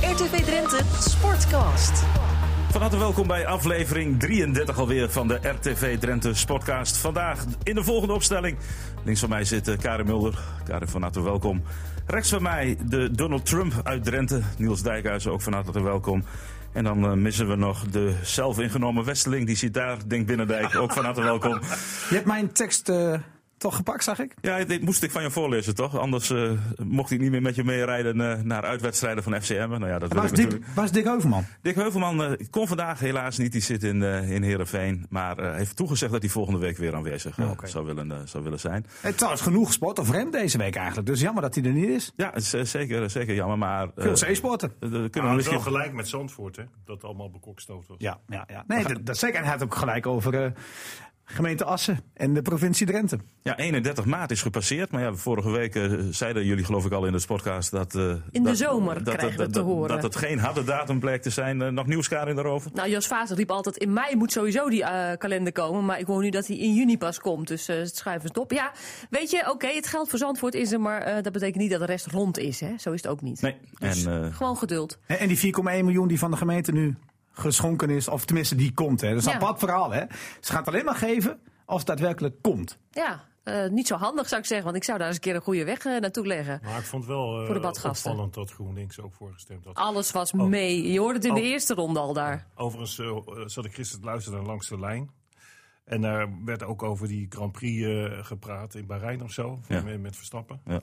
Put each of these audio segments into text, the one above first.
RTV Drenthe Sportcast. Van harte welkom bij aflevering 33 alweer van de RTV Drenthe Sportcast. Vandaag in de volgende opstelling. Links van mij zit eh, Karin Mulder. Karin, van harte welkom. Rechts van mij de Donald Trump uit Drenthe. Niels Dijkhuizen, ook van harte welkom. En dan eh, missen we nog de zelfingenomen Westeling. Die zit daar, Denk Binnendijk, ook van harte welkom. Je hebt mijn tekst eh, toch gepakt, zag ik? Ja, dit moest ik van je voorlezen, toch? Anders eh, mocht ik niet meer met je meerijden eh, naar uitwedstrijden van FCM. Nou ja, dat wil Waar is ik Dick, natuurlijk. waar is Dick Heuvelman? Dick Heuvelman eh, kon vandaag helaas niet. Die zit in, eh in Heerenveen. Maar eh, heeft toegezegd dat hij volgende week weer aanwezig eh, oké. zou, willen, eh, zou willen zijn. Eh, trouwens, genoeg sport over hem deze week eigenlijk. Dus jammer dat hij er niet is. Ja, het is, eh, zeker, zeker jammer. Maar, eh, Veel zeesporten. eh, daar Ja, kunnen we het is wel misschien... gelijk met Zandvoort, hè? Dat allemaal bekokstoofd was. Ja, ja, ja. Nee, dat, dat zeker. En hij had ook gelijk over eh, gemeente Assen en de provincie Drenthe. ja, 31 maart is gepasseerd. Maar ja, vorige week eh, zeiden jullie geloof ik al in de sportcast dat... eh, de dat- zomer dat, krijgen we dat, te dat- horen. Dat het geen harde datum bleek te zijn. Eh, nog nieuws, Karin, daarover? Nou, Jos Vaas riep altijd, in mei moet sowieso die eh, kalender komen. Maar ik hoor nu dat hij in juni pas komt, dus eh, het schuiven is op. Ja, weet je, oké, het geld voor Zandvoort is er, maar eh, dat betekent niet dat de rest rond is. Hè? Zo is het ook niet. Dus, Nee. En, eh, Gewoon geduld. En, en die 4,1 miljoen die van de gemeente nu geschonken is, of tenminste die komt. Hè. Dat is een Ja. apart verhaal. Hè. Ze gaan het alleen maar geven als het daadwerkelijk komt. Ja, eh, niet zo handig zou ik zeggen, want ik zou daar eens een keer een goede weg eh, naartoe leggen. Maar ik vond wel eh Voor de badgasten. opvallend dat GroenLinks ook voorgestemd had. Alles was mee. Je hoorde het in de Oh. eerste ronde al daar. Overigens eh, eh, zat ik gisteren te luisteren naar Langs de Lijn. En daar werd ook over die Grand Prix eh, gepraat in Bahrein of zo, Ja. met, met Verstappen. Ja.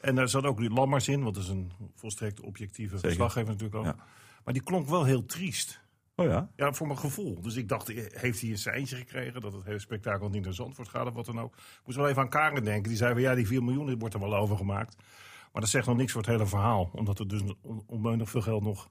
En daar zat ook Lammers in, want dat is een volstrekt objectieve verslaggever natuurlijk ook. Ja. Maar die klonk wel heel triest. oh ja. Ja, voor mijn gevoel. Dus ik dacht, eh, heeft hij een seintje gekregen dat het hele spektakel niet naar Zandvoort gaat of wat dan ook. Ik moest wel even aan Karen denken. Die zei van ja, die 4 miljoen dit wordt er wel over gemaakt. Maar dat zegt nog niks voor het hele verhaal. Omdat er dus on- onbendig veel geld nog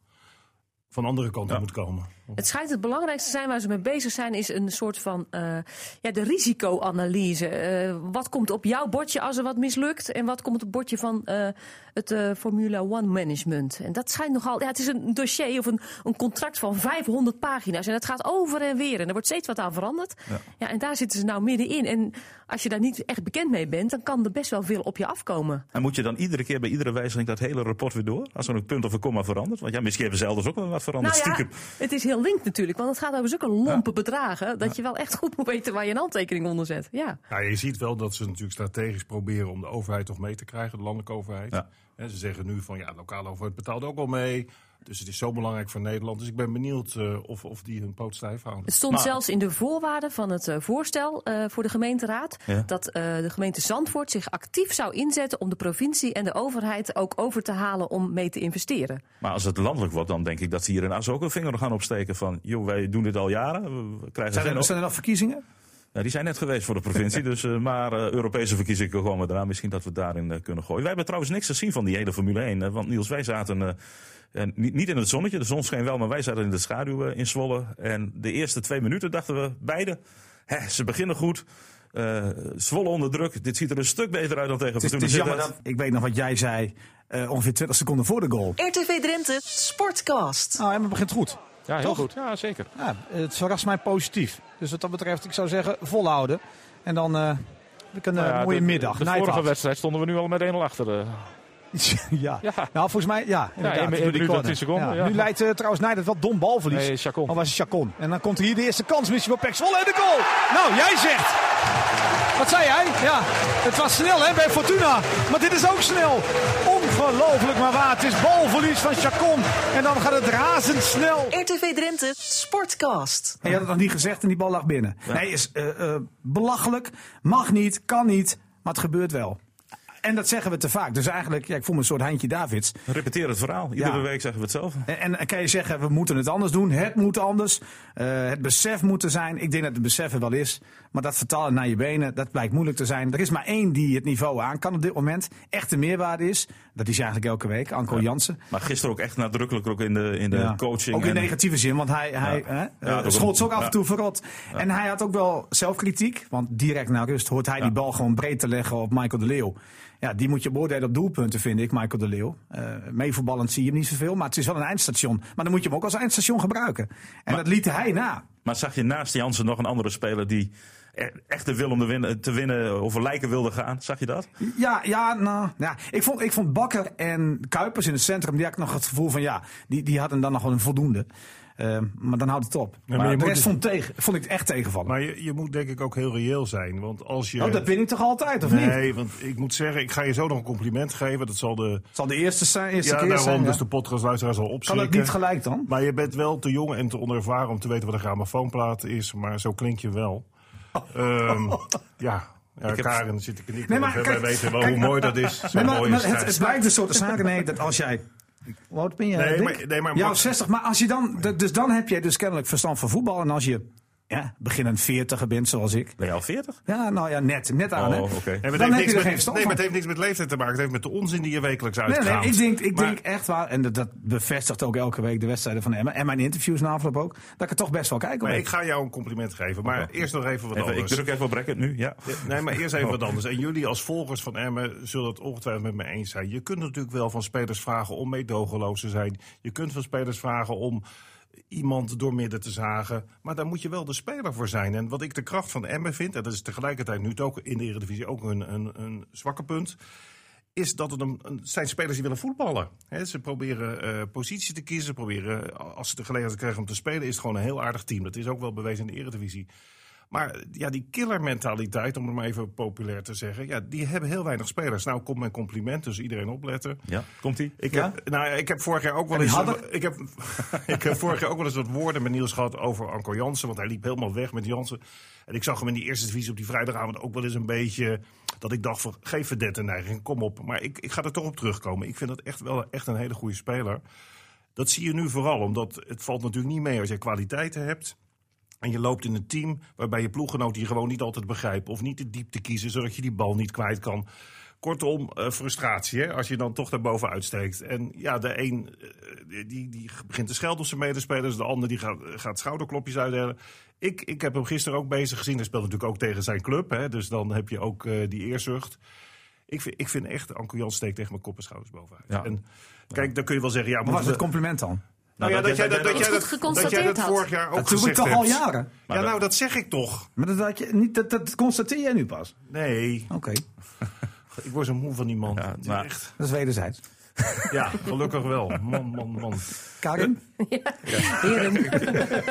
van andere kanten moet komen. Het schijnt het belangrijkste te zijn waar ze mee bezig zijn, is een soort van eh, ja, de risicoanalyse. Eh, wat komt op jouw bordje als er wat mislukt? En wat komt op het bordje van eh, het eh, Formula One management? En dat schijnt nogal. Ja, het is een dossier of een, een contract van 500 pagina's. En dat gaat over en weer. En er wordt steeds wat aan veranderd. Ja. en daar zitten ze nou middenin. En als je daar niet echt bekend mee bent, dan kan er best wel veel op je afkomen. En moet je dan iedere keer bij iedere wijziging dat hele rapport weer door? Als er een punt of een komma verandert? Want ja, misschien hebben ze elders ook wel wat veranderd. Nou ja, Stiekem. het is heel link natuurlijk, want het gaat over zulke lompe bedragen. dat je wel echt goed moet weten waar je een handtekening onder zet. Ja. Ja, je ziet wel dat ze natuurlijk strategisch proberen om de overheid toch mee te krijgen, de landelijke overheid. Ja. En ze zeggen nu van ja, de lokale overheid betaalt ook al mee. Dus het is zo belangrijk voor Nederland. Dus ik ben benieuwd eh, of, of die hun poot stijf houden. Het stond zelfs in de voorwaarden van het eh, voorstel eh, voor de gemeenteraad. Ja. Dat eh, de gemeente Zandvoort zich actief zou inzetten om de provincie en de overheid ook over te halen om mee te investeren. Maar als het landelijk wordt, dan denk ik dat ze hier in Assen ook een vinger gaan opsteken van... joh, wij doen dit al jaren, we krijgen Zijn geen... er, zijn er nog verkiezingen? Ja, die zijn net geweest voor de provincie, dus, eh, maar eh, Europese verkiezingen komen eraan. Misschien dat we het daarin eh, kunnen gooien. Wij hebben trouwens niks gezien van die hele Formule 1. eh, want Niels, wij zaten eh, eh, niet, niet in het zonnetje, de zon scheen wel, maar wij zaten in de schaduw eh, in Zwolle. En de eerste twee minuten dachten we beide, hè, ze beginnen goed... eh, Zwolle onder druk. Dit ziet er een stuk beter uit dan tegen Het is, het Fortuna is jammer Sittard. dat, ik weet nog wat jij zei, eh, ongeveer 20 seconden voor de goal. RTV Drenthe Sportcast. Nou, het begint goed. Ja, heel Toch? goed. Ja, zeker. Ja, het verrast mij positief. Dus wat dat betreft, ik zou zeggen, volhouden. En dan eh heb ik een eh, Nou Ja, mooie de- middag. De, Night vorige out. wedstrijd stonden we nu al met 1-0 achter. eh. ja. Ja. Nou, volgens mij, ja. inderdaad, één- door die één minuut en corner. tien seconden, ja. Nu leidt eh, trouwens Nijder wel dom balverlies. Nee, Chacon. Dan was het Chacon. En dan komt hier de eerste kans misschien voor Pek Zwolle en de goal. Nou, jij zegt. Wat zei jij? Ja, het was snel hè, bij Fortuna. Maar dit is ook snel. Ongelooflijk maar waar. Het is balverlies van Chacon. En dan gaat het razendsnel. RTV Drenthe Sportcast. En je had het nog niet gezegd en die bal lag binnen. Nee, is eh, eh, belachelijk. Mag niet, kan niet, maar het gebeurt wel. En dat zeggen we te vaak. Dus eigenlijk, ja, ik voel me een soort Heintje Davids. Repeteer het verhaal. Iedere Ja. week zeggen we hetzelfde. En, en dan kan je zeggen, we moeten het anders doen. Het moet anders. Eh, het besef moet er zijn. Ik denk dat het besef er wel is. Maar dat vertalen naar je benen, dat blijkt moeilijk te zijn. Er is maar één die het niveau aan kan op dit moment. Echte meerwaarde is. Dat is eigenlijk elke week. Anko Jansen. Maar gisteren ook echt nadrukkelijk ook in de, in de Ja. coaching. Ook in en- negatieve zin, want hij, hij hè, Ja, eh, dat schold ook. ze ook af Ja. en toe verrot. En hij had ook wel zelfkritiek, want direct na rust hoort hij die bal gewoon breed te leggen op Michael de Leeuw. Ja, die moet je beoordelen op doelpunten, vind ik, Michael de Leeuw. Eh meevoetballend zie je hem niet zoveel, maar het is wel een eindstation. Maar dan moet je hem ook als eindstation gebruiken. En dat liet hij na. Maar zag je naast Jansen nog een andere speler die e- echt de wil om de win- te winnen over lijken wilde gaan? Zag je dat? Ja, ja, nou, ja. Ik, vond, ik vond Bakker en Kuipers in het centrum, die had ik nog het gevoel van ja, die, die hadden dan nog wel een voldoende. Ehm, maar dan houdt het op. maar maar je de moet rest dus- vond, tegen, vond ik echt tegenvallen. Maar je, je moet denk ik ook heel reëel zijn. Want als je. oh, dat win ik toch altijd, of niet? nee, want ik moet zeggen, ik ga je zo nog een compliment geven. Dat zal de. Het zal de eerste, zijn, eerste Ja, keer daarom, zijn. ja. dus de podcastluisteraar zal Kan opschrikken. het niet gelijk dan? Maar je bent wel te jong en te onervaren om te weten wat een grammofoonplaat is. Maar zo klink je wel. Ehm, ja. Ja, heb- Karen zit ik niet. Nee, Nee, maar wij kijk- weten wel kijk- hoe mooi dat is. Zo'n Nee, maar, mooie maar het, strijd. het blijkt dus zo te zaken nee, dat als jij... Hoe oud ben je? Nee, Dick? maar- nee, maar- ja, of 60. Maar als je dan, d- dus dan heb jij dus kennelijk verstand van voetbal. En als je ja, beginnend 40 bent, zoals ik. Ben je al 40? Ja, nou ja, net, net Oh, aan. hè. oké. Nee, maar Dan het heb je heeft er niks geen met, verstand nee, maar van. het heeft niks met leeftijd te maken. Het heeft met de onzin die je wekelijks Nee, uitgaat. nee, ik, denk, ik Maar- denk echt waar, en dat, dat bevestigt ook elke week de wedstrijden van Emma en mijn interviews na afloop ook, dat ik er toch best wel kijk op Maar heb. ik ga jou een compliment geven. Maar eerst nog even wat Even, ik anders. druk even op bracket nu. Oh, dus- Ja. Nee, maar eerst even wat anders. En jullie als volgers van Emmen zullen het ongetwijfeld met me eens zijn. Je kunt natuurlijk wel van spelers vragen om meedogenloos te zijn. Je kunt van spelers vragen om iemand doormidden te zagen. Maar daar moet je wel de speler voor zijn. En wat ik de kracht van Emmen vind, en dat is tegelijkertijd nu ook in de Eredivisie ook een, een, een zwakke punt is dat het een, een- het zijn spelers die willen voetballen. Hè, ze proberen eh, positie te kiezen, ze proberen, eh, als ze de gelegenheid krijgen om te spelen, is het gewoon een heel aardig team. Dat is ook wel bewezen in de Eredivisie. Maar eh, ja, die killermentaliteit, om het maar even populair te zeggen, ja, die hebben heel weinig spelers. Nou, komt mijn compliment, dus iedereen opletten. Ja, komt ie? Ik, Ja? heb, nou ja, ik heb vorig jaar ook wel die eens. hadden- Ik heb, ik heb vorig jaar ook wel eens wat woorden met Niels gehad over Anko Jansen. Want hij liep helemaal weg met Jansen. En ik zag hem in die eerste divisie op die vrijdagavond ook wel eens een beetje. Dat ik dacht: van, geef verdette neiging, kom op. Maar ik, ik ga er toch op terugkomen. Ik vind dat echt wel echt een hele goede speler. Dat zie je nu vooral, omdat het valt natuurlijk niet mee als je kwaliteiten hebt. En je loopt in een team waarbij je ploeggenoot die gewoon niet altijd begrijpen. Of niet de diepte kiezen, zodat je die bal niet kwijt kan. Kortom, eh, frustratie, hè? als je dan toch daarboven uitsteekt. En ja, de een eh, die, die begint te schelden op zijn medespelers. De ander die gaat, gaat schouderklopjes uitdelen. Ik, ik heb hem gisteren ook bezig gezien. Hij speelt natuurlijk ook tegen zijn club. Hè? Dus dan heb je ook eh, die eerzucht. Ik vind, ik vind echt, Anko Jan steekt tegen mijn kop en schouders bovenuit. Ja. En kijk, dan kun je wel zeggen... Ja, Wat was moeten het we- compliment dan? nou ja, dat jij dat, dat, dat jij dat, goed dat, jij geconstateerd dat had. vorig jaar ook Dat doe ik gezegd toch al hebt. jaren? Ja, nou, dat zeg ik toch. Maar dat, had je niet, dat, dat constateer jij nu pas. Nee, Oké, ik word zo moe van die man. Ja, Het is maar- echt. dat is wederzijds. ja gelukkig wel. Man, man, man. Eh, Karin? Heerlijk.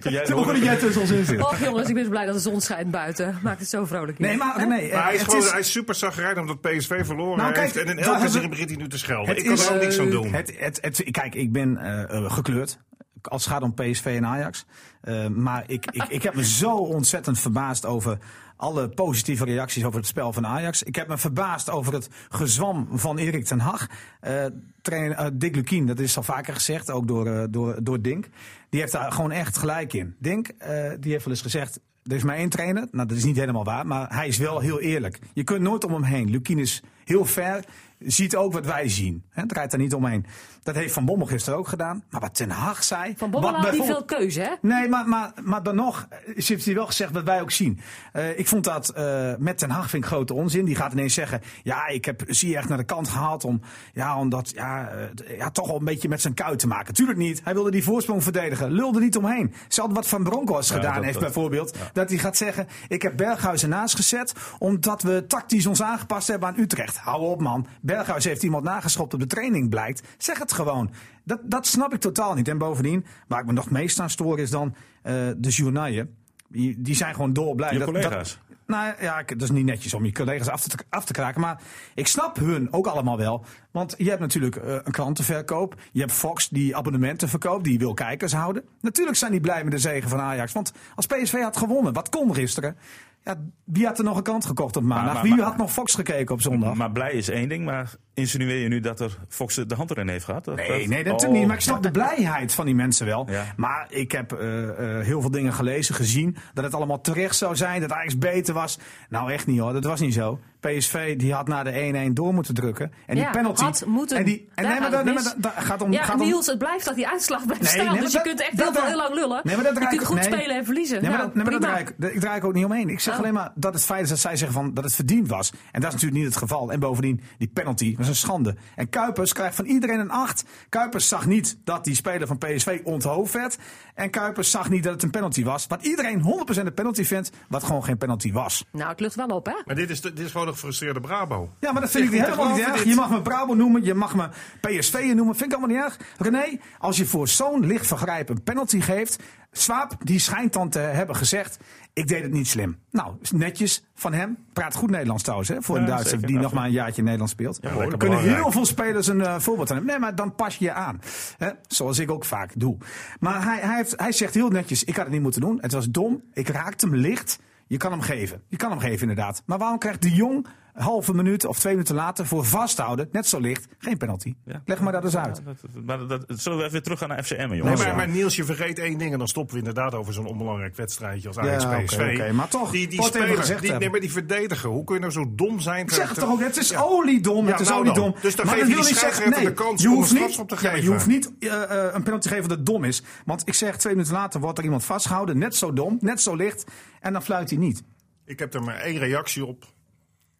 Kun jij Hoe dat jij tussen ons in zit. Och jongens, ik ben zo blij dat de zon schijnt buiten. Maakt het zo vrolijk hier. Nee, maar nee. Maar hij is, het gewoon, hij is super zagrijnig omdat PSV verloren Nou, kijk, heeft. En in daar elke hebben zin we- begint hij nu te schelden. Het Ik kan is, er ook niks aan eh, doen. Het, het, het, kijk, ik ben eh, eh, gekleurd. Als het gaat om PSV en Ajax. Eh, maar ik, ik, ik heb me zo ontzettend verbaasd over alle positieve reacties over het spel van Ajax. Ik heb me verbaasd over het gezwam van Erik ten Hag. Eh, trainer, eh, Dick Lukien, dat is al vaker gezegd, ook door, eh, door, door Dink. Die heeft daar gewoon echt gelijk in. Dink, eh, die heeft wel eens gezegd, er is maar één trainer. Nou, dat is niet helemaal waar, maar hij is wel heel eerlijk. Je kunt nooit om hem heen. Lukien is heel ver, ziet ook wat wij zien. Hè, draait er niet omheen. Dat heeft Van Bommel gisteren ook gedaan. Maar wat Ten Hag zei... Van Bommel wat had niet veel bijvoorbeeld- keuze, hè? Nee, maar, maar, maar dan nog eh, heeft hij wel gezegd wat wij ook zien. Eh, ik vond dat eh, met Ten Hag vind ik grote onzin. Die gaat ineens zeggen, ja, ik heb zie echt naar de kant gehaald om, ja, om dat ja, eh, d- ja, toch wel een beetje met zijn kuit te maken. Tuurlijk niet. Hij wilde die voorsprong verdedigen. Lulde niet omheen. Hetzelfde wat Van Bronckhorst gedaan dat- heeft dat- bijvoorbeeld. Dat hij gaat zeggen, ik heb Berghuis ernaast gezet omdat we tactisch ons aangepast hebben aan Utrecht. Hou op man. Berghuis heeft iemand nageschopt op de training blijkt. Zeg het gewoon. Dat, dat snap ik totaal niet. En bovendien, waar ik me nog het meest aan stoor is dan eh, de journaaien. Die, die zijn gewoon dolblij. Je dat- dat- collega's. nou ja, ik- dat is niet netjes om je collega's af te, af te kraken. Maar ik snap hun ook allemaal wel. Want je hebt natuurlijk eh, een krantenverkoop. Je hebt Fox die abonnementen verkoopt. Die wil kijkers houden. Natuurlijk zijn die blij met de zegen van Ajax. Want als PSV had gewonnen, wat kon gisteren? Ja, wie had er nog een krant gekocht op maandag? maar- wie maar- had nog Fox gekeken op zondag? Maar blij is één ding, maar insinueer je nu dat er Fox de hand erin heeft gehad? Of Nee, nee, dat natuurlijk Oh. niet. Maar ik snap de blijheid van die mensen wel. Ja. Maar ik heb eh, eh, heel veel dingen gelezen, gezien. Dat het allemaal terecht zou zijn. Dat Ajax beter was. Nou, echt niet hoor. Dat was niet zo. PSV die had na de 1-1 door moeten drukken. En Ja, die penalty. had moeten. en die, en Daar nee, maar gaat dat het nee, maar mis. dat- dat gaat om. Ja, gaat en om Niels, het blijft dat die uitslag blijft Nee, staan. nee, maar dus je dat- kunt echt dat heel, veel- draai- heel lang lullen. Nee, maar dat draai je kunt ik- goed nee. spelen en verliezen. Nee, maar, Nou, dat, nee, maar dat prima. draai ik, dat- ik draai ik ook niet omheen. Ik zeg Oh. alleen maar dat het feit is dat zij zeggen van, dat het verdiend was. En dat is natuurlijk niet het geval. En bovendien, die penalty was een schande. En Kuipers krijgt van iedereen een 8. Kuipers zag niet dat die speler van PSV onthoofd werd. En Kuipers zag niet dat het een penalty was. Wat iedereen 100% een penalty vindt, wat gewoon geen penalty was. Nou, het lucht wel op, hè? Maar dit is, dit is gewoon een gefrustreerde Brabo. Ja, maar dat vind ik, moet niet helemaal er niet gewoon erg. over Je dit. mag me Brabo noemen, je mag me PSV noemen. Vind ik allemaal niet erg. René, als je voor zo'n licht vergrijp een penalty geeft. Swaap, die schijnt dan te hebben gezegd. Ik deed het niet slim. Nou, is netjes van hem. Praat goed Nederlands trouwens, hè, voor een Ja, Duitser zeker. Nou, die nog maar een jaartje in Nederland speelt. Ja, lekker Er kunnen belangrijk. heel veel spelers een eh, voorbeeld aan hebben. Nee, maar dan pas je je aan. Hè? Zoals ik ook vaak doe. Maar hij, hij, heeft, hij zegt heel netjes: ik had het niet moeten doen. Het was dom. Ik raakte hem licht. Je kan hem geven. Je kan hem geven, inderdaad. Maar waarom krijgt de jong een halve minuut of twee minuten later voor vasthouden, net zo licht, geen penalty? Ja. Leg maar dat eens uit. Dat- dat- Maar dat, zullen we even weer teruggaan naar FCM, jongens? Nee, maar, maar Niels, je vergeet één ding en dan stoppen we inderdaad over zo'n onbelangrijk wedstrijdje als Ajax oké, PSV. oké, maar toch, Die, die wat even speler, gezegd die, nee, hebben. maar die verdediger, hoe kun je nou zo dom zijn? Ik zeg het te- toch ook, het is Ja. oliedom, Ja, het is nou dan. oliedom. Dus dan Maar geef dat je wil die niet zeggen- scheidsrechter de kans om hoeft een niet- strafschop te ja, je geven. hoeft niet eh, eh, een penalty te geven dat dom is. Want ik zeg, twee minuten later wordt er iemand vastgehouden, net zo dom, net zo licht. En dan fluit hij niet. Ik heb er maar één reactie op.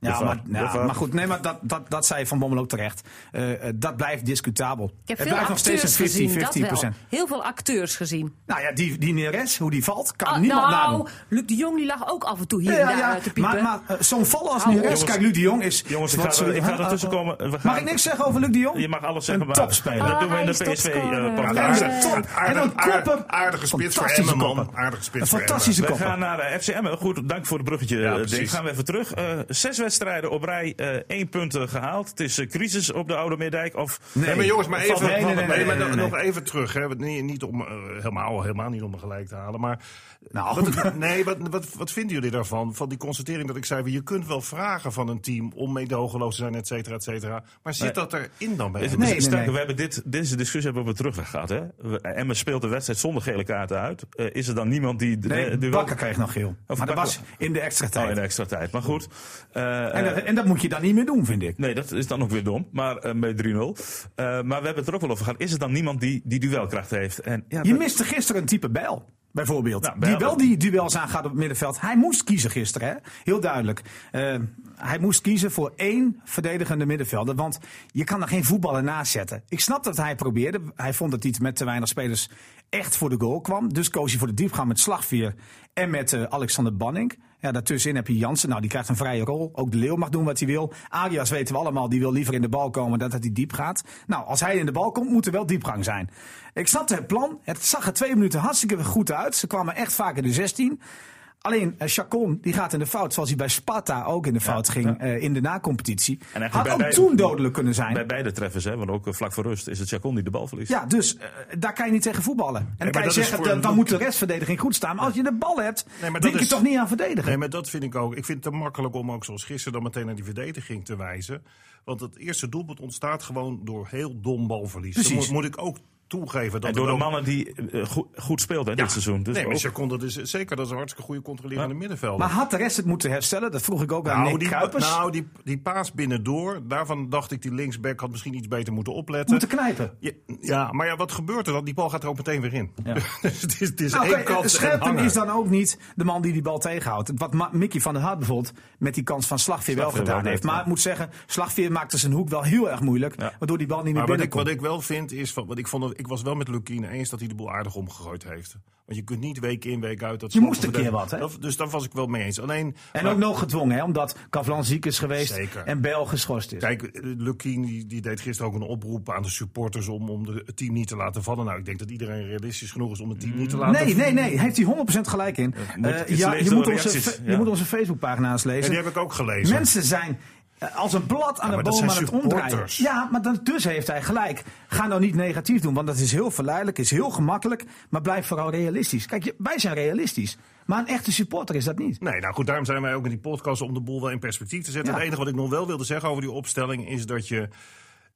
Ja, Jawel, maar, ja, jawel. maar goed, nee, maar dat, dat, dat zei Van Bommel ook terecht. Eh, eh, dat blijft discutabel. Ik heb het veel blijft nog acteurs steeds gezien, een 50-50 dat wel. procent. Heel veel acteurs gezien. Nou ja, die, die Neres, hoe die valt, kan Ah, niemand nou, nadoen. Luc de Jong die lag ook af en toe hier Ja, en ja, daar ja. eh, te piepen. Maar, maar eh, zo'n val als Au. Neres, Jongens, kijk, Luc de Jong is... jongens, ik wat ga- zo- ik ga ertussen komen. We ah, eh, Mag gaan- ik niks zeggen over Luc de Jong? Je mag alles zeggen, Een maar topspeler. dat doen we in de Ah, hij is topscorer. Ja, hij PSV-podcast. is een top. Aardig- En dan aardig- koppen. aardige spits voor Fantastische Emmen, man. koppen. Aardige spits Een voor Emmen. fantastische we koppen. gaan naar eh, FCM. Goed, dank voor het bruggetje. Ja, eh, precies. Dick. gaan we even terug. Eh, zes wedstrijden op rij, eh één punt eh, gehaald. Het is eh, crisis op de Oude Meerdijk. Of Nee, maar jongens, maar even, nee, nee, nee, maar- nee, maar nee, nog- nee. nog even terug. Hè. Want Niet, niet om, eh, helemaal, helemaal niet om me gelijk te halen. Maar Nou. wat, nee, wat, wat, wat vinden jullie daarvan? Van die constatering dat ik zei, je kunt wel vragen van een team om meedogenloos te zijn, et cetera, et cetera. Maar zit dat erin dan bij? Is het- is Nee, hen? het nee, sterker, nee. We hebben dit, deze discussie hebben we terugweg gehad. Hè? We- Emmen speelt de wedstrijd zonder gele kaarten uit. Eh, is er dan niemand die... de- de- Nee, de- Bakker kreeg nog geel. Of Maar dat was Bakker. in de extra Oh, in de tijd. extra tijd. Maar goed. Eh, En dat- En dat moet je dan niet meer doen, vind ik. Nee, dat is dan ook weer dom. Maar eh, met 3-0. Eh, maar we hebben het er ook wel over gehad. Is er dan niemand die, die duelkracht heeft? En, ja, Je dat- miste gisteren een type Bijl, bijvoorbeeld. Nou, Bijl die wel dat- die duels aangaat op het middenveld. Hij moest kiezen gisteren, hè? heel duidelijk. Eh, hij moest kiezen voor één verdedigende middenvelder. Want je kan er geen voetballer naast zetten. Ik snap dat hij probeerde. Hij vond dat hij met te weinig spelers echt voor de goal kwam. Dus koos hij voor de diepgang met Slagveer en met eh, Alexander Banning. Ja, daartussenin heb je Jansen. Nou, die krijgt een vrije rol. Ook de Leeuw mag doen wat hij wil. Arias weten we allemaal, die wil liever in de bal komen dan dat hij diep gaat. Nou, als hij in de bal komt, moet er wel diepgang zijn. Ik snapte het plan. Het zag er twee minuten hartstikke goed uit. Ze kwamen echt vaak in de 16. Alleen eh, Chacon, die gaat in de fout, zoals hij bij Sparta ook in de fout ging eh, in de nacompetitie. En eigenlijk Had bij ook beide- toen dodelijk kunnen zijn. Bij beide treffers, hè? want ook eh, vlak voor rust is het Chacon die de bal verliest. Ja, dus eh, daar kan je niet tegen voetballen. En dan maar kan je dat is zeggen, voor dan, een- dan moet de restverdediging goed staan. Maar als je de bal hebt, Nee, maar dat denk je is- toch niet aan verdedigen. Nee, maar dat vind ik ook. Ik vind het te makkelijk om ook zoals gisteren dan meteen naar die verdediging te wijzen. Want het eerste doelpunt ontstaat gewoon door heel dom balverlies. Dat Precies. moet, moet ik ook toegeven. Dat En door het de ook- mannen die eh, goed, goed speelden hè, dit seizoen. Dus nee, maar ook- Chacon, dat is zeker dat is een hartstikke goede controlerende middenvelder. Maar had de rest het moeten herstellen? Dat vroeg ik ook aan Nou, Nick die, Kuipers. nou die, die paas binnendoor, daarvan dacht ik die linksback had misschien iets beter moeten opletten. moeten knijpen. Ja, ja, maar ja, wat gebeurt er dan? Die bal gaat er ook meteen weer in. dus het is, het is Nou, één kijk, kans en Scherpen hangen. is dan ook niet de man die die bal tegenhoudt. Wat Ma- Mickey van der Hart bijvoorbeeld met die kans van Slagveer wel Slagveer gedaan wel heeft. deed, Maar ik moet zeggen, Slagveer maakte zijn hoek wel heel erg moeilijk. Waardoor die bal niet meer Maar wat ik, binnenkomt. wat ik wel vind is, van, want ik, vond dat, ik was wel met Lukine eens dat hij de boel aardig omgegooid heeft. Want je kunt niet week in, week uit. Dat Je soort moest een van- keer wat, hè? Dat- dus daar was ik wel mee eens. Alleen, En maar- ook nog gedwongen, hè, omdat Kavlan ziek is geweest Zeker. en Bel geschorst is. Kijk, eh, Lukien die, die deed gisteren ook een oproep aan de supporters om, om de, het team niet te laten vallen. Nou, ik denk dat iedereen realistisch genoeg is om het team niet te laten Mm. Nee, nee, nee. Heeft hij 100% gelijk in. moet- Eh, het is ja, lezen je, moet door onze, reacties, fe- ja. je moet onze Facebookpagina's En lezen. die heb ik ook gelezen. Mensen zijn eh, als een blad aan Ja, de maar dat boom aan zijn het omdraaien. supporters. Ja, maar dan, dus heeft hij gelijk. Ga nou niet negatief doen, want dat is heel verleidelijk, is heel gemakkelijk. Maar blijf vooral realistisch. Kijk, je- wij zijn realistisch. Maar een echte supporter is dat niet. Nee, nou goed, daarom zijn wij ook in die podcast om de boel wel in perspectief te zetten. Ja. Het enige wat ik nog wel wilde zeggen over die opstelling is dat je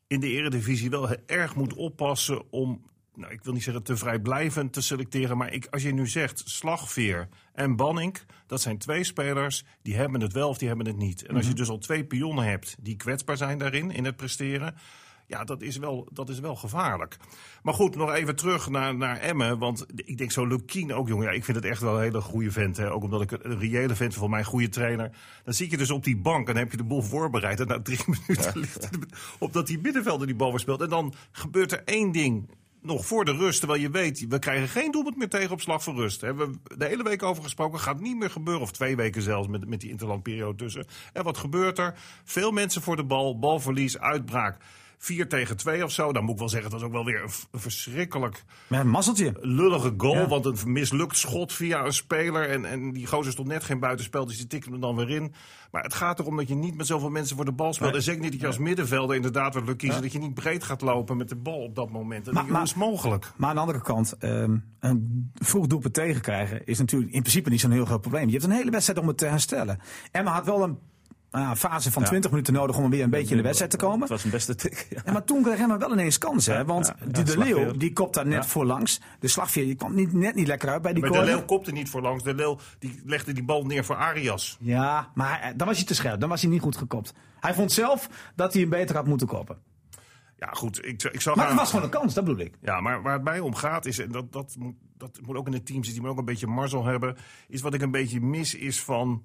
in de eredivisie wel he- erg moet oppassen om nou, ik wil niet zeggen te vrijblijvend te selecteren. Maar ik, als je nu zegt Slagveer en Banning, dat zijn twee spelers die hebben het wel of die hebben het niet. En als Mhm. je dus al twee pionnen hebt die kwetsbaar zijn daarin, in het presteren. Ja, dat is, wel, dat is wel gevaarlijk. Maar goed, nog even terug naar, naar Emmen. Want ik denk zo Lukien ook, jongen. Ja, ik vind het echt wel een hele goede vent. Hè. Ook omdat ik een reële vent voor mij een goede trainer. Dan zit je dus op die bank en dan heb je de boel voorbereid. En na drie minuten ligt het opdat die middenvelder die bal weer speelt. En dan gebeurt er één ding nog voor de rust. Terwijl je weet, we krijgen geen doelpunt meer tegen op slag voor rust. Hebben we de hele week over gesproken. Gaat niet meer gebeuren. Of twee weken zelfs met, met die interlandperiode tussen. En wat gebeurt er? Veel mensen voor de bal. Balverlies, uitbraak. 4 tegen 2 of zo. Dan moet ik wel zeggen, dat is ook wel weer een, v- een verschrikkelijk Met een mazzeltje. lullige goal. Ja. Want een mislukt schot via een speler. En, en die gozer stond net geen buitenspel, dus die tikken hem dan weer in. Maar het gaat erom dat je niet met zoveel mensen voor de bal speelt. En zeker niet dat je als middenvelder inderdaad wat lukt kiezen. Dat je niet breed gaat lopen met de bal op dat moment. Dat Maar- is mogelijk. Maar aan de andere kant, ehm, een vroeg doelpunt tegenkrijgen is natuurlijk in principe niet zo'n heel groot probleem. Je hebt een hele wedstrijd om het te herstellen. Emma had wel een ah, fase van 20 minuten nodig om weer een beetje in de wedstrijd te komen. Het was een beste tik. Ja. Ja, maar toen kreeg Emma wel ineens kansen. hè? Want ja, ja, die De Slagveer. Leeuw die kopt daar net voor langs. De slagveer die kwam niet, net niet lekker uit bij die Maar de corner. Leeuw kopte niet voor langs. De Leeuw die legde die bal neer voor Arias. Ja, maar hij- dan was hij te scherp. Dan was hij niet goed gekopt. Hij vond zelf dat hij hem beter had moeten koppen. Ja, goed. Ik, ik zag Maar aan- het was gewoon een kans, dat bedoel ik. Ja, maar waar het mij om gaat is, en dat, dat, moet, dat moet ook in het team zitten, die moet ook een beetje marzel hebben, is wat ik een beetje mis is van,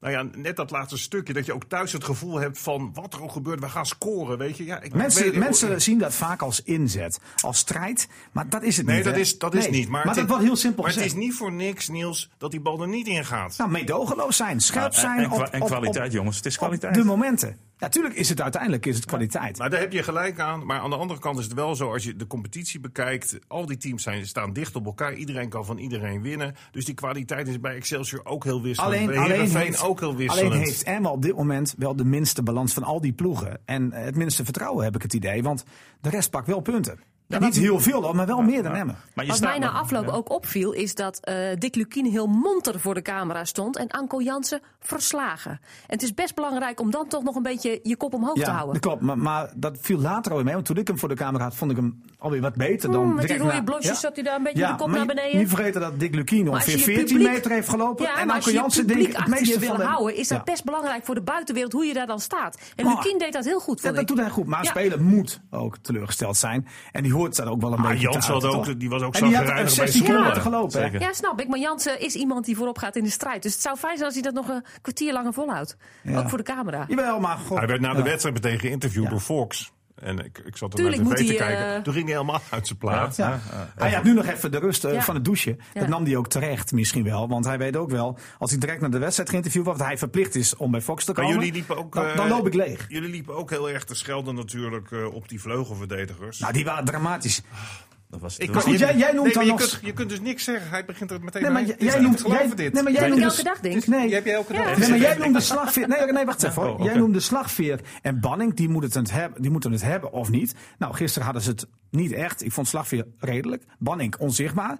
nou ja, net dat laatste stukje, dat je ook thuis het gevoel hebt van, wat er ook gebeurt, we gaan scoren, weet je. Ja, ik Mensen, weet- mensen zien dat vaak als inzet, als strijd. Maar dat is het Nee, niet. dat hè? is, dat is Nee, niet. Maar, het dat is- wordt heel simpel Maar gezegd. het is niet voor niks, Niels, dat die bal er niet in gaat. Nou, meedogenloos zijn, scherp Ja, en- zijn. en kwa- op, en op- kwaliteit, op- jongens. Het is op kwaliteit. de momenten. Natuurlijk is het uiteindelijk is het kwaliteit. Maar Nou, daar heb je gelijk aan. Maar aan de andere kant is het wel zo, als je de competitie bekijkt, al die teams zijn, staan dicht op elkaar. Iedereen kan van iedereen winnen. Dus die kwaliteit is bij Excelsior ook heel wisselend. Alleen, bij alleen, Heerenveen heeft, ook heel wisselend. alleen heeft Emma op dit moment wel de minste balans van al die ploegen. En eh, het minste vertrouwen heb ik het idee. Want de rest pakt wel punten. niet heel veel, hoor, maar wel meer dan Emmen. Maar je Wat staat mij na nog- afloop ook opviel, is dat eh Dick Lukien heel monter voor de camera stond en Anko Jansen verslagen. En het is best belangrijk om dan toch nog een beetje je kop omhoog te Ja, houden. dat klopt. Maar, maar dat viel later alweer mee. Want toen ik hem voor de camera had, vond ik hem alweer wat beter dan Mm, met die direct rode na- blosjes zat hij daar een beetje met de kop maar naar je- beneden. Niet vergeten dat Dick Lukien Maar als je ongeveer je 14 publiek- meter heeft gelopen. Ja, en maar als Anko je Jansen denk publiek ik het achter meeste je van wil de- houden, is dat Ja. best belangrijk voor de buitenwereld hoe je daar dan staat. En Maar- Lukien deed dat heel goed, Ja, vond dat ik. doet hij goed. Maar een Ja. speler moet ook teleurgesteld zijn. En die hoort daar ook wel een beetje Ah, Jans te had uiten, ook- toch? die was ook En die had zagrijnig een bij 16 Zwolle. kilometer gelopen. hè? Zeker. Ja, snap ik. Maar Jansen is iemand die voorop gaat in de strijd. Dus het zou fijn zijn als hij dat nog een kwartier langer volhoudt. Ja. Ook voor de camera. Jawel, maar god. Hij werd na de Ja. wedstrijd meteen geïnterviewd Ja. door Fox. En ik, ik zat er naar Tuurlijk tv moet te hij, kijken. eh, Toen ging hij helemaal uit zijn plaat. Ja. Hij had nu nog even de rust eh, Ja. van het douchen. Ja. Dat nam hij ook terecht misschien wel. Want hij weet ook wel, als hij direct naar de wedstrijd geïnterviewd wordt... hij verplicht is om bij Fox te Maar komen, jullie liepen ook... dan, eh, dan loop ik leeg. Jullie liepen ook heel erg te schelden natuurlijk eh, op die vleugelverdedigers. Nou, die waren dramatisch. Dat was, ik dat was- goed, jij- jij noemt nee, maar dan je nog- Kunt, je kunt dus niks zeggen. Hij begint er meteen Nee, maar aan. j- Het is jij niet noemt... te geloven, Jij, dit. nee, maar jij Heb ik noemt... elke dus- dag, denk dus ik? nee, Die heb je elke dag. Nee, maar jij noemde slagveer. Nee, nee, wacht even. hoor. Oh, oké. Jij noemde slagveer en Banning. Die moeten, het hebben, die moeten het hebben of niet. Nou, gisteren hadden ze het niet echt. Ik vond slagveer redelijk. Banning onzichtbaar.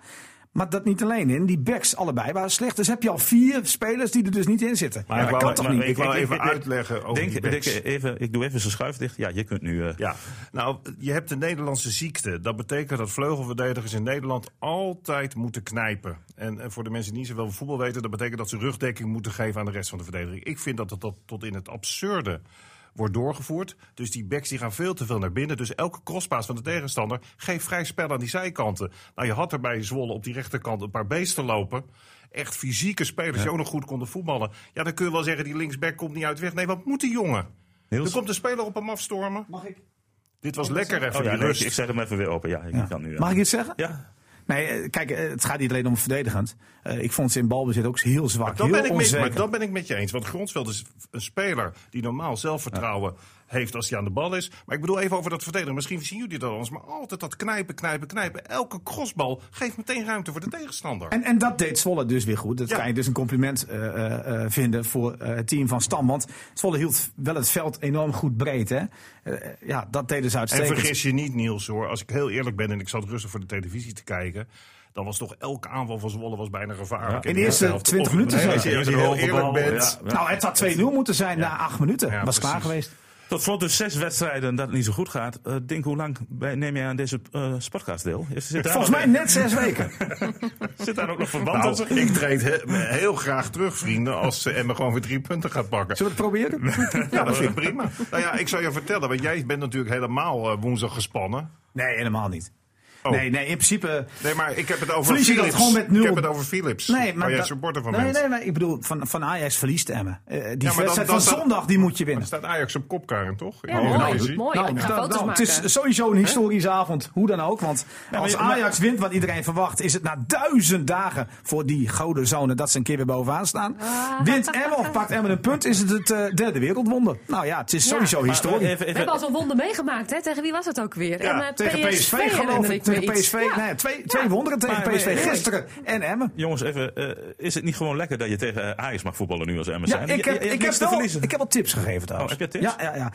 Maar dat niet alleen in. Die backs allebei waren slecht. Dus heb je al vier spelers die er dus niet in zitten. Maar Ja, ik dat wou- kan toch maar niet? ik wou even ik- ik- uitleggen over Denk, die backs. denk even, ik doe even zijn schuif dicht. Ja, je kunt nu. eh, Ja, nou, je hebt de Nederlandse ziekte. Dat betekent dat vleugelverdedigers in Nederland altijd moeten knijpen. En, eh, voor de mensen die niet zoveel van voetbal weten, dat betekent dat ze rugdekking moeten geven aan de rest van de verdediging. Ik vind dat dat, dat tot in het absurde wordt doorgevoerd. Dus die backs die gaan veel te veel naar binnen. Dus elke crosspaas van de tegenstander geeft vrij spel aan die zijkanten. Nou, je had er bij Zwolle op die rechterkant een paar beesten lopen. Echt fysieke spelers die ook nog goed konden voetballen. Ja, dan kun je wel zeggen, die linksback komt niet uit weg. Nee, wat moet die jongen? Niels? Er komt een speler op hem afstormen. Mag ik, Dit was lekker even Oh, ja, die nee, ik, rust. ik zet hem even weer open. Ja, ik kan nu. eh, Mag ik iets zeggen? Ja. Nee, eh, kijk, eh, het gaat niet alleen om verdedigend. Eh, ik vond ze in balbezit ook heel zwak. dat heel ben ik met, onzeker. maar dat ben ik met je eens. Want Gronsveld is een speler die normaal zelfvertrouwen heeft als hij aan de bal is. Maar ik bedoel even over dat verdedigen. Misschien zien jullie dat anders. Maar altijd dat knijpen, knijpen, knijpen. Elke crossbal geeft meteen ruimte voor de tegenstander. En, en dat deed Zwolle dus weer goed. Dat Ja. kan je dus een compliment eh, eh, eh, vinden voor eh, het team van Stam. Want Zwolle hield wel het veld enorm goed breed. Hè? Eh, ja, dat deden ze En uitstekend. vergis je niet, Niels, hoor. Als ik heel eerlijk ben en ik zat rustig voor de televisie te kijken. Dan was toch elke aanval van Zwolle was bijna gevaarlijk. in de eerste helft. 20 Of- minuten nee, zelfs. Als je, als je Eerste heel hoge eerlijk bal, bent. ja. Nou, het had 2-0 moeten zijn na acht minuten. Ja, was klaar precies. geweest. Tot slot dus zes wedstrijden en dat het niet zo goed gaat. Eh Dink, hoe lang bij- neem jij aan deze eh sportcast deel? Is- Zit daar, Volgens mij net zes weken. nog, zit daar ook nog verband Nou, tussen? ik treed he- me heel graag terug, vrienden, als ze Emma gewoon weer drie punten gaat pakken. Zullen we het proberen? Ja, dat vind ik prima. Nou ja, ik zou je vertellen, want jij bent natuurlijk helemaal eh, woensdag gespannen. Nee, helemaal niet. Oh. Nee, nee, in principe. Nee, maar ik heb het over Verlies je dat Philips. gewoon met nul? Ik heb het over Philips. Nee, maar waar jij dat- supporter van nee, bent. nee, nee, ik bedoel, van, van Ajax verliest Emmen. Eh, die dan- wedstrijd dan van staat- zondag, die moet je Maar winnen. er staat Ajax op kop, Karen, toch? In Oh Ja, de mooi. Eredivisie. mooi. Nou, ik ga dat- foto's dat- maken. Het is sowieso een historische avond, hoe dan ook. Want als maar- Ajax wint wat iedereen verwacht, is het na duizend dagen voor die gouden zone dat ze een keer weer bovenaan staan. Ah, Wint Emmen of pakt Emmen een punt, is het het eh, derde wereldwonder. Nou ja, het is sowieso Maar, historisch. eh, even- We even- hebben al zo'n wonder meegemaakt, hè? Tegen wie was dat ook weer? Ja, En, eh, tegen PSV, geloof herinner ik. me Tegen iets. PSV, Ja. nee, twee, twee wonderen tegen Maar- PSV maar- gisteren en Emmen. Jongens, even, eh, is het niet gewoon lekker dat je tegen Ajax mag voetballen nu als Emmen Ja, zijn? ik Je- je heb, hebt ik, heb niks te wel, verliezen. ik heb al tips gegeven trouwens. Oh, heb je tips? Ja, ja, ja.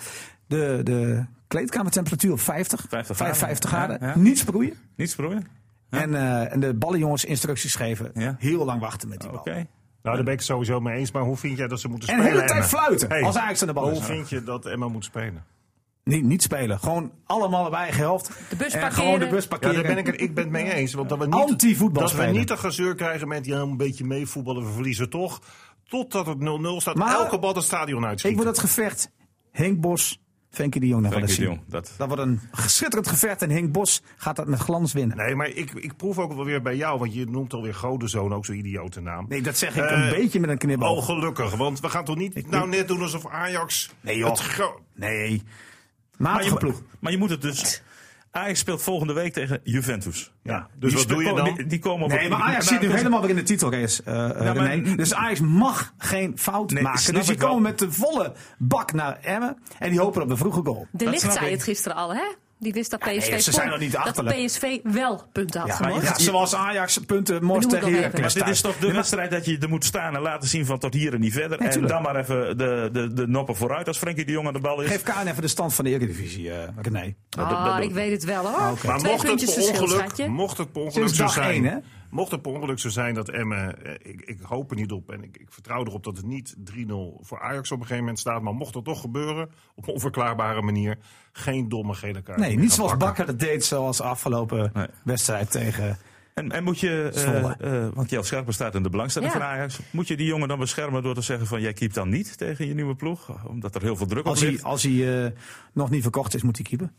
De, de kleedkamertemperatuur op 50, 50 vijf- graden. 50 graden. Ja, ja. Niets sproeien. Niets proberen? En, eh, en de ballenjongens instructies geven. Ja. Heel lang wachten met die Oké. bal. Nou, daar ben ik het sowieso mee eens. Maar hoe vind jij dat ze moeten En de spelen? hele tijd Emma? fluiten Hey, als Ajax aan de bal Hoe is. vind je dat Emma moet spelen? Niet, niet spelen. Gewoon allemaal op eigen helft. De bus En parkeren. Gewoon de bus Ja, parkeren. daar ben ik, het- ik ben het mee eens. Want dat we niet, Anti-voetbal dat we spelen. niet een gezeur krijgen met ja, een beetje meevoetballen, we verliezen toch. Totdat het 0-0 staat, Maar- elke bal het stadion Ik uitschieten. wil dat gevecht. Henk Bos, Frenkie de Jong nog wel Frenkie eens de zien. Jong, dat- wordt een schitterend gevecht. En Henk Bos gaat dat met glans winnen. Nee, maar ik, ik proef ook wel weer bij jou, want je noemt alweer Godenzoon ook zo'n idiote naam. Nee, dat zeg ik Eh, een beetje met een Oh, knipoog. gelukkig, want we gaan toch niet nou net doen alsof Ajax... Nee, joh. het gro- Nee. Maar, Matige je, ploeg. maar je moet het dus... Ajax speelt volgende week tegen Juventus. Ja, Die dus wat doe je speel- dan? Die, die komen op Nee, het- maar Ajax die- zit nu nou, helemaal weer in de titelrace, eh eh, Ja, maar- René. Dus Ajax mag geen fout Nee, maken. snap Dus die ik wel. komen met de volle bak naar Emmen. En die hopen op een vroege goal. De Ligt snap zei ik. het gisteren al, hè? Die wist dat PSV, nee, ze kon- zijn nog niet dat achterlijk. PSV wel punten had Ja, gemaakt. ja, zoals Ajax punten morst Benoem het tegen nog Heracles Maar dit thuis. is toch de wedstrijd dat je er moet staan en laten zien van tot hier en niet verder. Nee, en tuurlijk. dan maar even de, de, de noppen vooruit als Frenkie de Jong aan de bal is. Geef Kaan even de stand van de Eredivisie, eh René. dat- dat- Ah, ik weet het wel hoor. Maar Twee mocht het, puntjes per verschil, ongeluk, schatje. mocht het per ongeluk Sinds zo dag zijn. één, hè? Mocht het per ongeluk zo zijn dat Emmen. eh, Ik, ik hoop er niet op en ik, ik vertrouw erop dat het niet 3-0 voor Ajax op een gegeven moment staat. Maar mocht dat toch gebeuren, op een onverklaarbare manier. Geen domme gele kaart. Nee, meer niet gaan zoals pakken. Bakker dat deed, zoals de afgelopen Nee. wedstrijd tegen... En, en moet je, eh, Zwolle. eh, want Jel Scherpen staat in de belangstelling Ja. van Ajax. Moet je die jongen dan beschermen door te zeggen van jij keept dan niet tegen je nieuwe ploeg? Omdat er heel veel druk op Als hij, zit. als hij eh, nog niet verkocht is, moet hij keeper.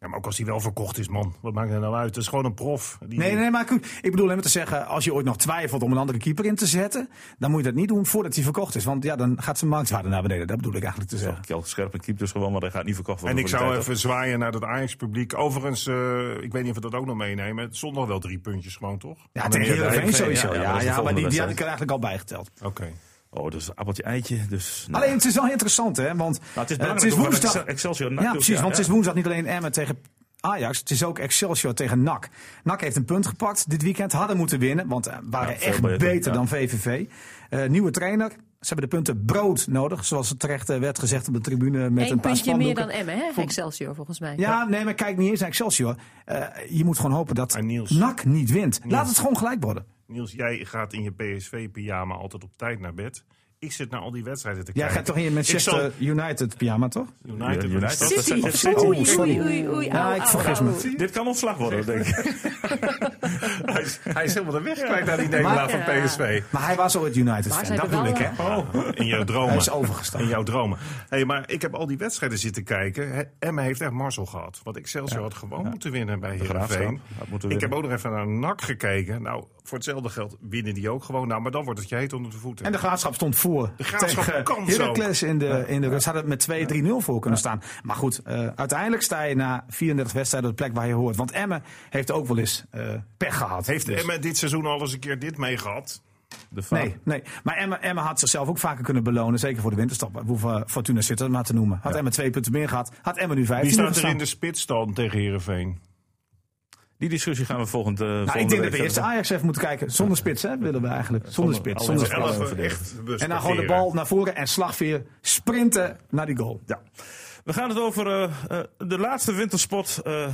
Ja, maar ook als hij wel verkocht is, man. Wat maakt dat nou uit? Het is gewoon een prof. Die, Nee, nee, maar goed. Ik bedoel alleen maar te zeggen, als je ooit nog twijfelt om een andere keeper in te zetten, dan moet je dat niet doen voordat hij verkocht is. Want ja, dan gaat zijn marktwaarde naar beneden. Dat bedoel ik eigenlijk te zeggen. Jel Scherpen keept dus gewoon, maar hij gaat niet verkocht worden. En ik voor die zou tijd. even zwaaien naar dat Ajax-publiek. Overigens, eh, ik weet niet of we dat ook nog meenemen. Het stond nog wel drie puntjes gewoon, toch? Ja, tegen Aan de meerderheid. Heerenveen sowieso. ja, Ja, ja, ja, dat is de maar die, volgende die had wedstrijd. ik er eigenlijk al bijgeteld. Oké. Oh, dat is een appeltje eitje. Dus, nou. Alleen, het is wel interessant, hè? Want Nou, het is eh, belangrijk hoe woensdag. Excel- Excelsior NAC ja, doet, precies. ja, want het ja. is woensdag niet alleen Emmen tegen Ajax. Het is ook Excelsior tegen NAC. NAC heeft een punt gepakt dit weekend. Hadden moeten winnen, want eh, waren Ja, veel echt beter, beter, ja. dan VVV. Eh, nieuwe trainer. Ze hebben de punten brood nodig, zoals het terecht eh, werd gezegd op de tribune met Eén een paar puntje meer spandoeken. dan Emmen, hè? Excelsior volgens mij. Ja, nee, maar kijk niet eens naar Excelsior. Eh, je moet gewoon hopen dat En Niels. NAC niet wint. Laat het gewoon gelijk worden. Niels, jij gaat in je PSV-pyjama altijd op tijd naar bed. Ik zit naar al die wedstrijden te Jij kijken. gaat toch in je Ik Manchester United pyjama, toch? zal- United, United. wat is dat? City. Sissi. dat zegt- Oei, oh, sorry. oei, oei, oei. Ja, Au, ik au, vergis au. me. Dit kan ontslag worden, denk ik. Hij is, hij is helemaal de weg kwijt naar die nederlaag van Maar- PSV. Maar hij was ooit United Maar ze fan. Dat hebben bedoel wel, ik, hè? Oh. In jouw dromen. Hij is overgestapt. In jouw dromen. Hey, maar ik heb al die wedstrijden zitten kijken. He- Emma heeft echt mazzel gehad. Want Excelsior had gewoon moeten winnen bij Heerenveen. Oh. Graafschap had moeten Eh, Ik heb winnen. ook nog even naar NAC gekeken. Nou, voor hetzelfde geld winnen die ook gewoon. Nou, maar dan wordt het je heet onder de voeten. En de graafschap stond voor. De Graafschap tegen kan zo. Heracles in de, in de rust. Hadden het met 2-3-0 voor kunnen staan. Maar goed, eh, uiteindelijk sta je na 34 wedstrijden op de plek waar je hoort. Want Emmen heeft ook wel eens eh, pech gehad. heeft Dus- Emma dit seizoen al eens een keer dit mee gehad? De fout. Nee, nee, maar Emma, Emma had zichzelf ook vaker kunnen belonen. Zeker voor de winterstop. We hoeven Fortuna Sittard maar te noemen. Had Emma twee punten meer gehad, had Emma nu Dus vijf. Die staat er in de spits dan tegen Heerenveen. Die discussie gaan we volgend, eh Nou, volgende ik denk week dat we eerst verder. Ajax even moeten kijken. Zonder spits, hè, willen we eigenlijk. Zonder spits. Zonder alles spits. elf. Elf, echt En dan gewoon de bal naar voren en slagveer. Sprinten naar die goal. Ja. We gaan het over eh, eh, de laatste winterspot. eh,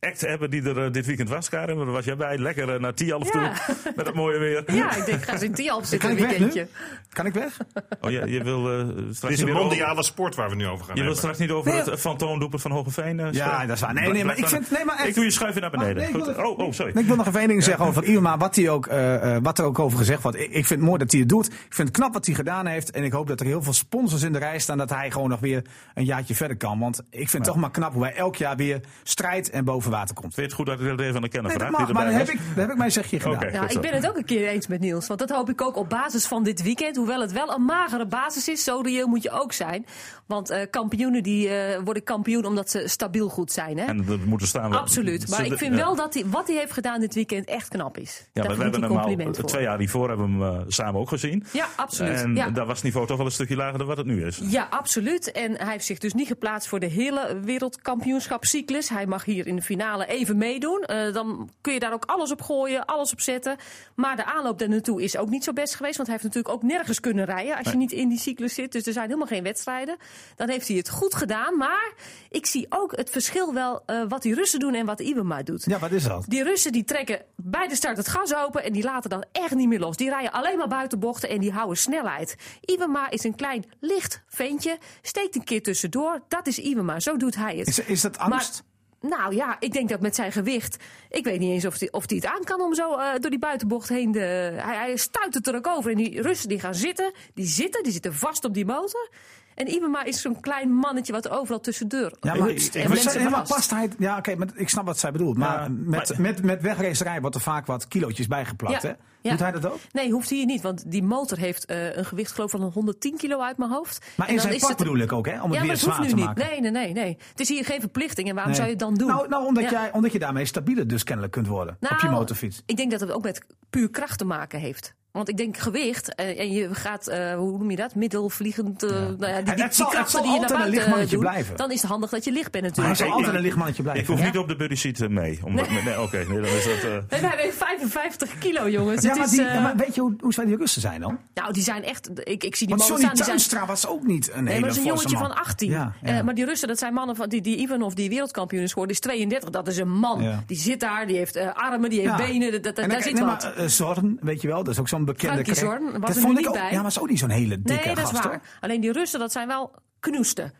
act hebben die er eh, dit weekend was, Karin. Maar daar was jij bij. Lekker eh, naar Tialf Ja. toe. Met dat mooie weer. Ja, ik denk, ga eens in Tialf zitten een ik weg nu? weekendje. Kan ik weg? Oh ja, je wil eh, straks Het is niet een weer over- mondiale sport waar we nu over gaan Je wil hebben. straks niet over Nee, het eh, fantoomdoepen van Hogeveen eh, Ja, spreken? dat is waar. Nee, nee, maar ik vind- nee, maar echt- Ah, Ik doe je schuifje naar beneden. nee, ik wil Goed. even- Oh, oh, sorry. Nee, ik wil nog even één ding zeggen over Iwema, wat, hij ook, eh, eh, wat er ook over gezegd wordt. Ik, ik vind het mooi dat hij het doet. Ik vind het knap wat hij gedaan heeft. En ik hoop dat er heel veel sponsors in de rij staan. Dat hij gewoon nog weer een jaartje verder kan. Want ik vind het toch maar knap hoe hij elk jaar weer strijdt en boven water komt. Vind je het goed dat ik het even aan de kenner Nee, dat vraag? mag, die maar erbij dan heb, was? ik, dan heb ik mijn zegje gedaan. Oké. Ja, Goed zo. Nou, ik ben het ook een keer eens met Niels. Want dat hoop ik ook op basis van dit weekend. Hoewel het wel een magere basis is, zo reëel moet je ook zijn. Want eh, kampioenen die, eh, worden kampioen omdat ze stabiel goed zijn. Hè? En dat moeten staan we- Absoluut. Maar Ze- ik vind ja. wel dat hij, wat hij heeft gedaan dit weekend echt knap is. Ja, Daar maar we verdient hebben hij hem al compliment voor. twee jaar hiervoor hebben we hem eh, samen ook gezien. Ja, absoluut. En ja. daar was het niveau toch wel een stukje lager dan wat het nu is. Ja, absoluut. En hij heeft zich dus niet geplaatst voor de hele wereldkampioenschapcyclus. Hij mag hier in de finale even meedoen. Eh, dan kun je daar ook alles op gooien, alles op zetten. Maar de aanloop daar naartoe is ook niet zo best geweest. Want hij heeft natuurlijk ook nergens kunnen rijden als je niet in die cyclus zit. Dus er zijn helemaal geen wedstrijden. Dan heeft hij het goed gedaan. Maar ik zie ook het verschil wel eh, wat die Russen doen en wat Ibema doet. Ja, wat is dat? Die Russen die trekken bij de start het gas open en die laten dat echt niet meer los. Die rijden alleen maar buitenbochten en die houden snelheid. Iwema is een klein licht ventje, steekt een keer tussendoor. Dat is Iwema, zo doet hij het. Is, is dat Maar- angst? nou ja, ik denk dat met zijn gewicht. Ik weet niet eens of hij of die het aan kan om zo eh, door die buitenbocht heen. De, hij, hij stuit het er ook over. En die Russen die gaan zitten, die zitten, die zitten vast op die motor. En Iwema is zo'n klein mannetje wat overal tussendoor. Ja, maar, hupst en maar mensen zij- nee, maar verrast. pastheid. Ja, oké, maar ik snap wat zij bedoelt. Maar, Ja, met, maar- met, met wegracerij wordt er vaak wat kilootjes bijgeplakt. Ja, Hè? ja. Doet hij dat ook? Nee, hoeft hier niet, want die motor heeft eh, een gewicht geloof ik van 110 kilo uit mijn hoofd. Maar En in dan zijn is pak het- bedoel ik ook, hè? Om het ja, maar weer dat zwaar hoeft te nu niet. maken. Nee, nee, nee, nee. Het is hier geen verplichting en waarom Nee. zou je het dan doen? Nou, nou omdat, Ja. jij, omdat je daarmee stabieler dus kennelijk kunt worden op je Nou, motorfiets. Ik denk dat het ook met puur kracht te maken heeft. Want ik denk gewicht eh, en je gaat, eh, hoe noem je dat, middelvliegend, eh, nou ja, die, die, het zal- die het zal krachten die je naar altijd een buiten licht eh, mannetje doet, blijven. dan is het handig dat je licht bent Maar hij natuurlijk. zal ik- altijd ik- een lichtmannetje Ik blijven. hoef hè? niet op de buddy seat eh, mee. Omdat, nee. oké, nee, dan is dat... eh, Nee, wij hebben 55 kilo, jongens. Ja, het maar, is, die, eh, ja, maar weet je hoe, hoe zwaar die Russen zijn dan? nou, die zijn echt, ik, ik zie die Want mannen Johnny staan, die Tuinstra zijn was ook niet een Nee, hele maar dat is een forse jongetje man. van 18. Ja, ja. Eh, maar die Russen, dat zijn mannen van die, die Ivanov, die wereldkampioen is geworden, is 32. Dat is een man. Ja. Die zit daar, die heeft eh, armen, die heeft Ja. benen. Dat, dat, En dan- daar zit nee, wat. maar eh, Zorn, weet je wel, dat is ook zo'n bekende... Frankie krek. Zorn was dat er nu vond ik niet ook, bij. Ja, maar is ook niet zo'n hele dikke nee, dat gast, is waar. hoor. Alleen die Russen, dat zijn wel knoesten.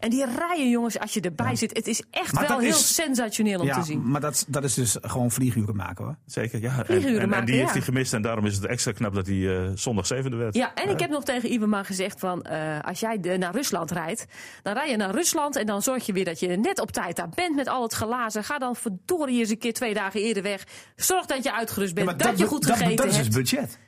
En die rijen, jongens, als je erbij zit. Het is echt Maar wel dat heel is- sensationeel om Ja, te zien. maar dat, is- dat is dus gewoon vlieguren maken, hoor. Zeker, ja. En, Vlieguren en- en maken, die ja. heeft hij gemist en daarom is het extra knap dat hij eh, zondag zevende werd. Ja, en ik heb nog tegen Iwema gezegd van, eh, als jij de- naar Rusland rijdt, dan rij je naar Rusland en dan zorg je weer dat je net op tijd daar bent met al het glazen. Ga dan verdorie eens een keer twee dagen eerder weg. Zorg dat je uitgerust bent, Ja, maar dat, je be- goed dat, gegeten dat is dus hebt. budget.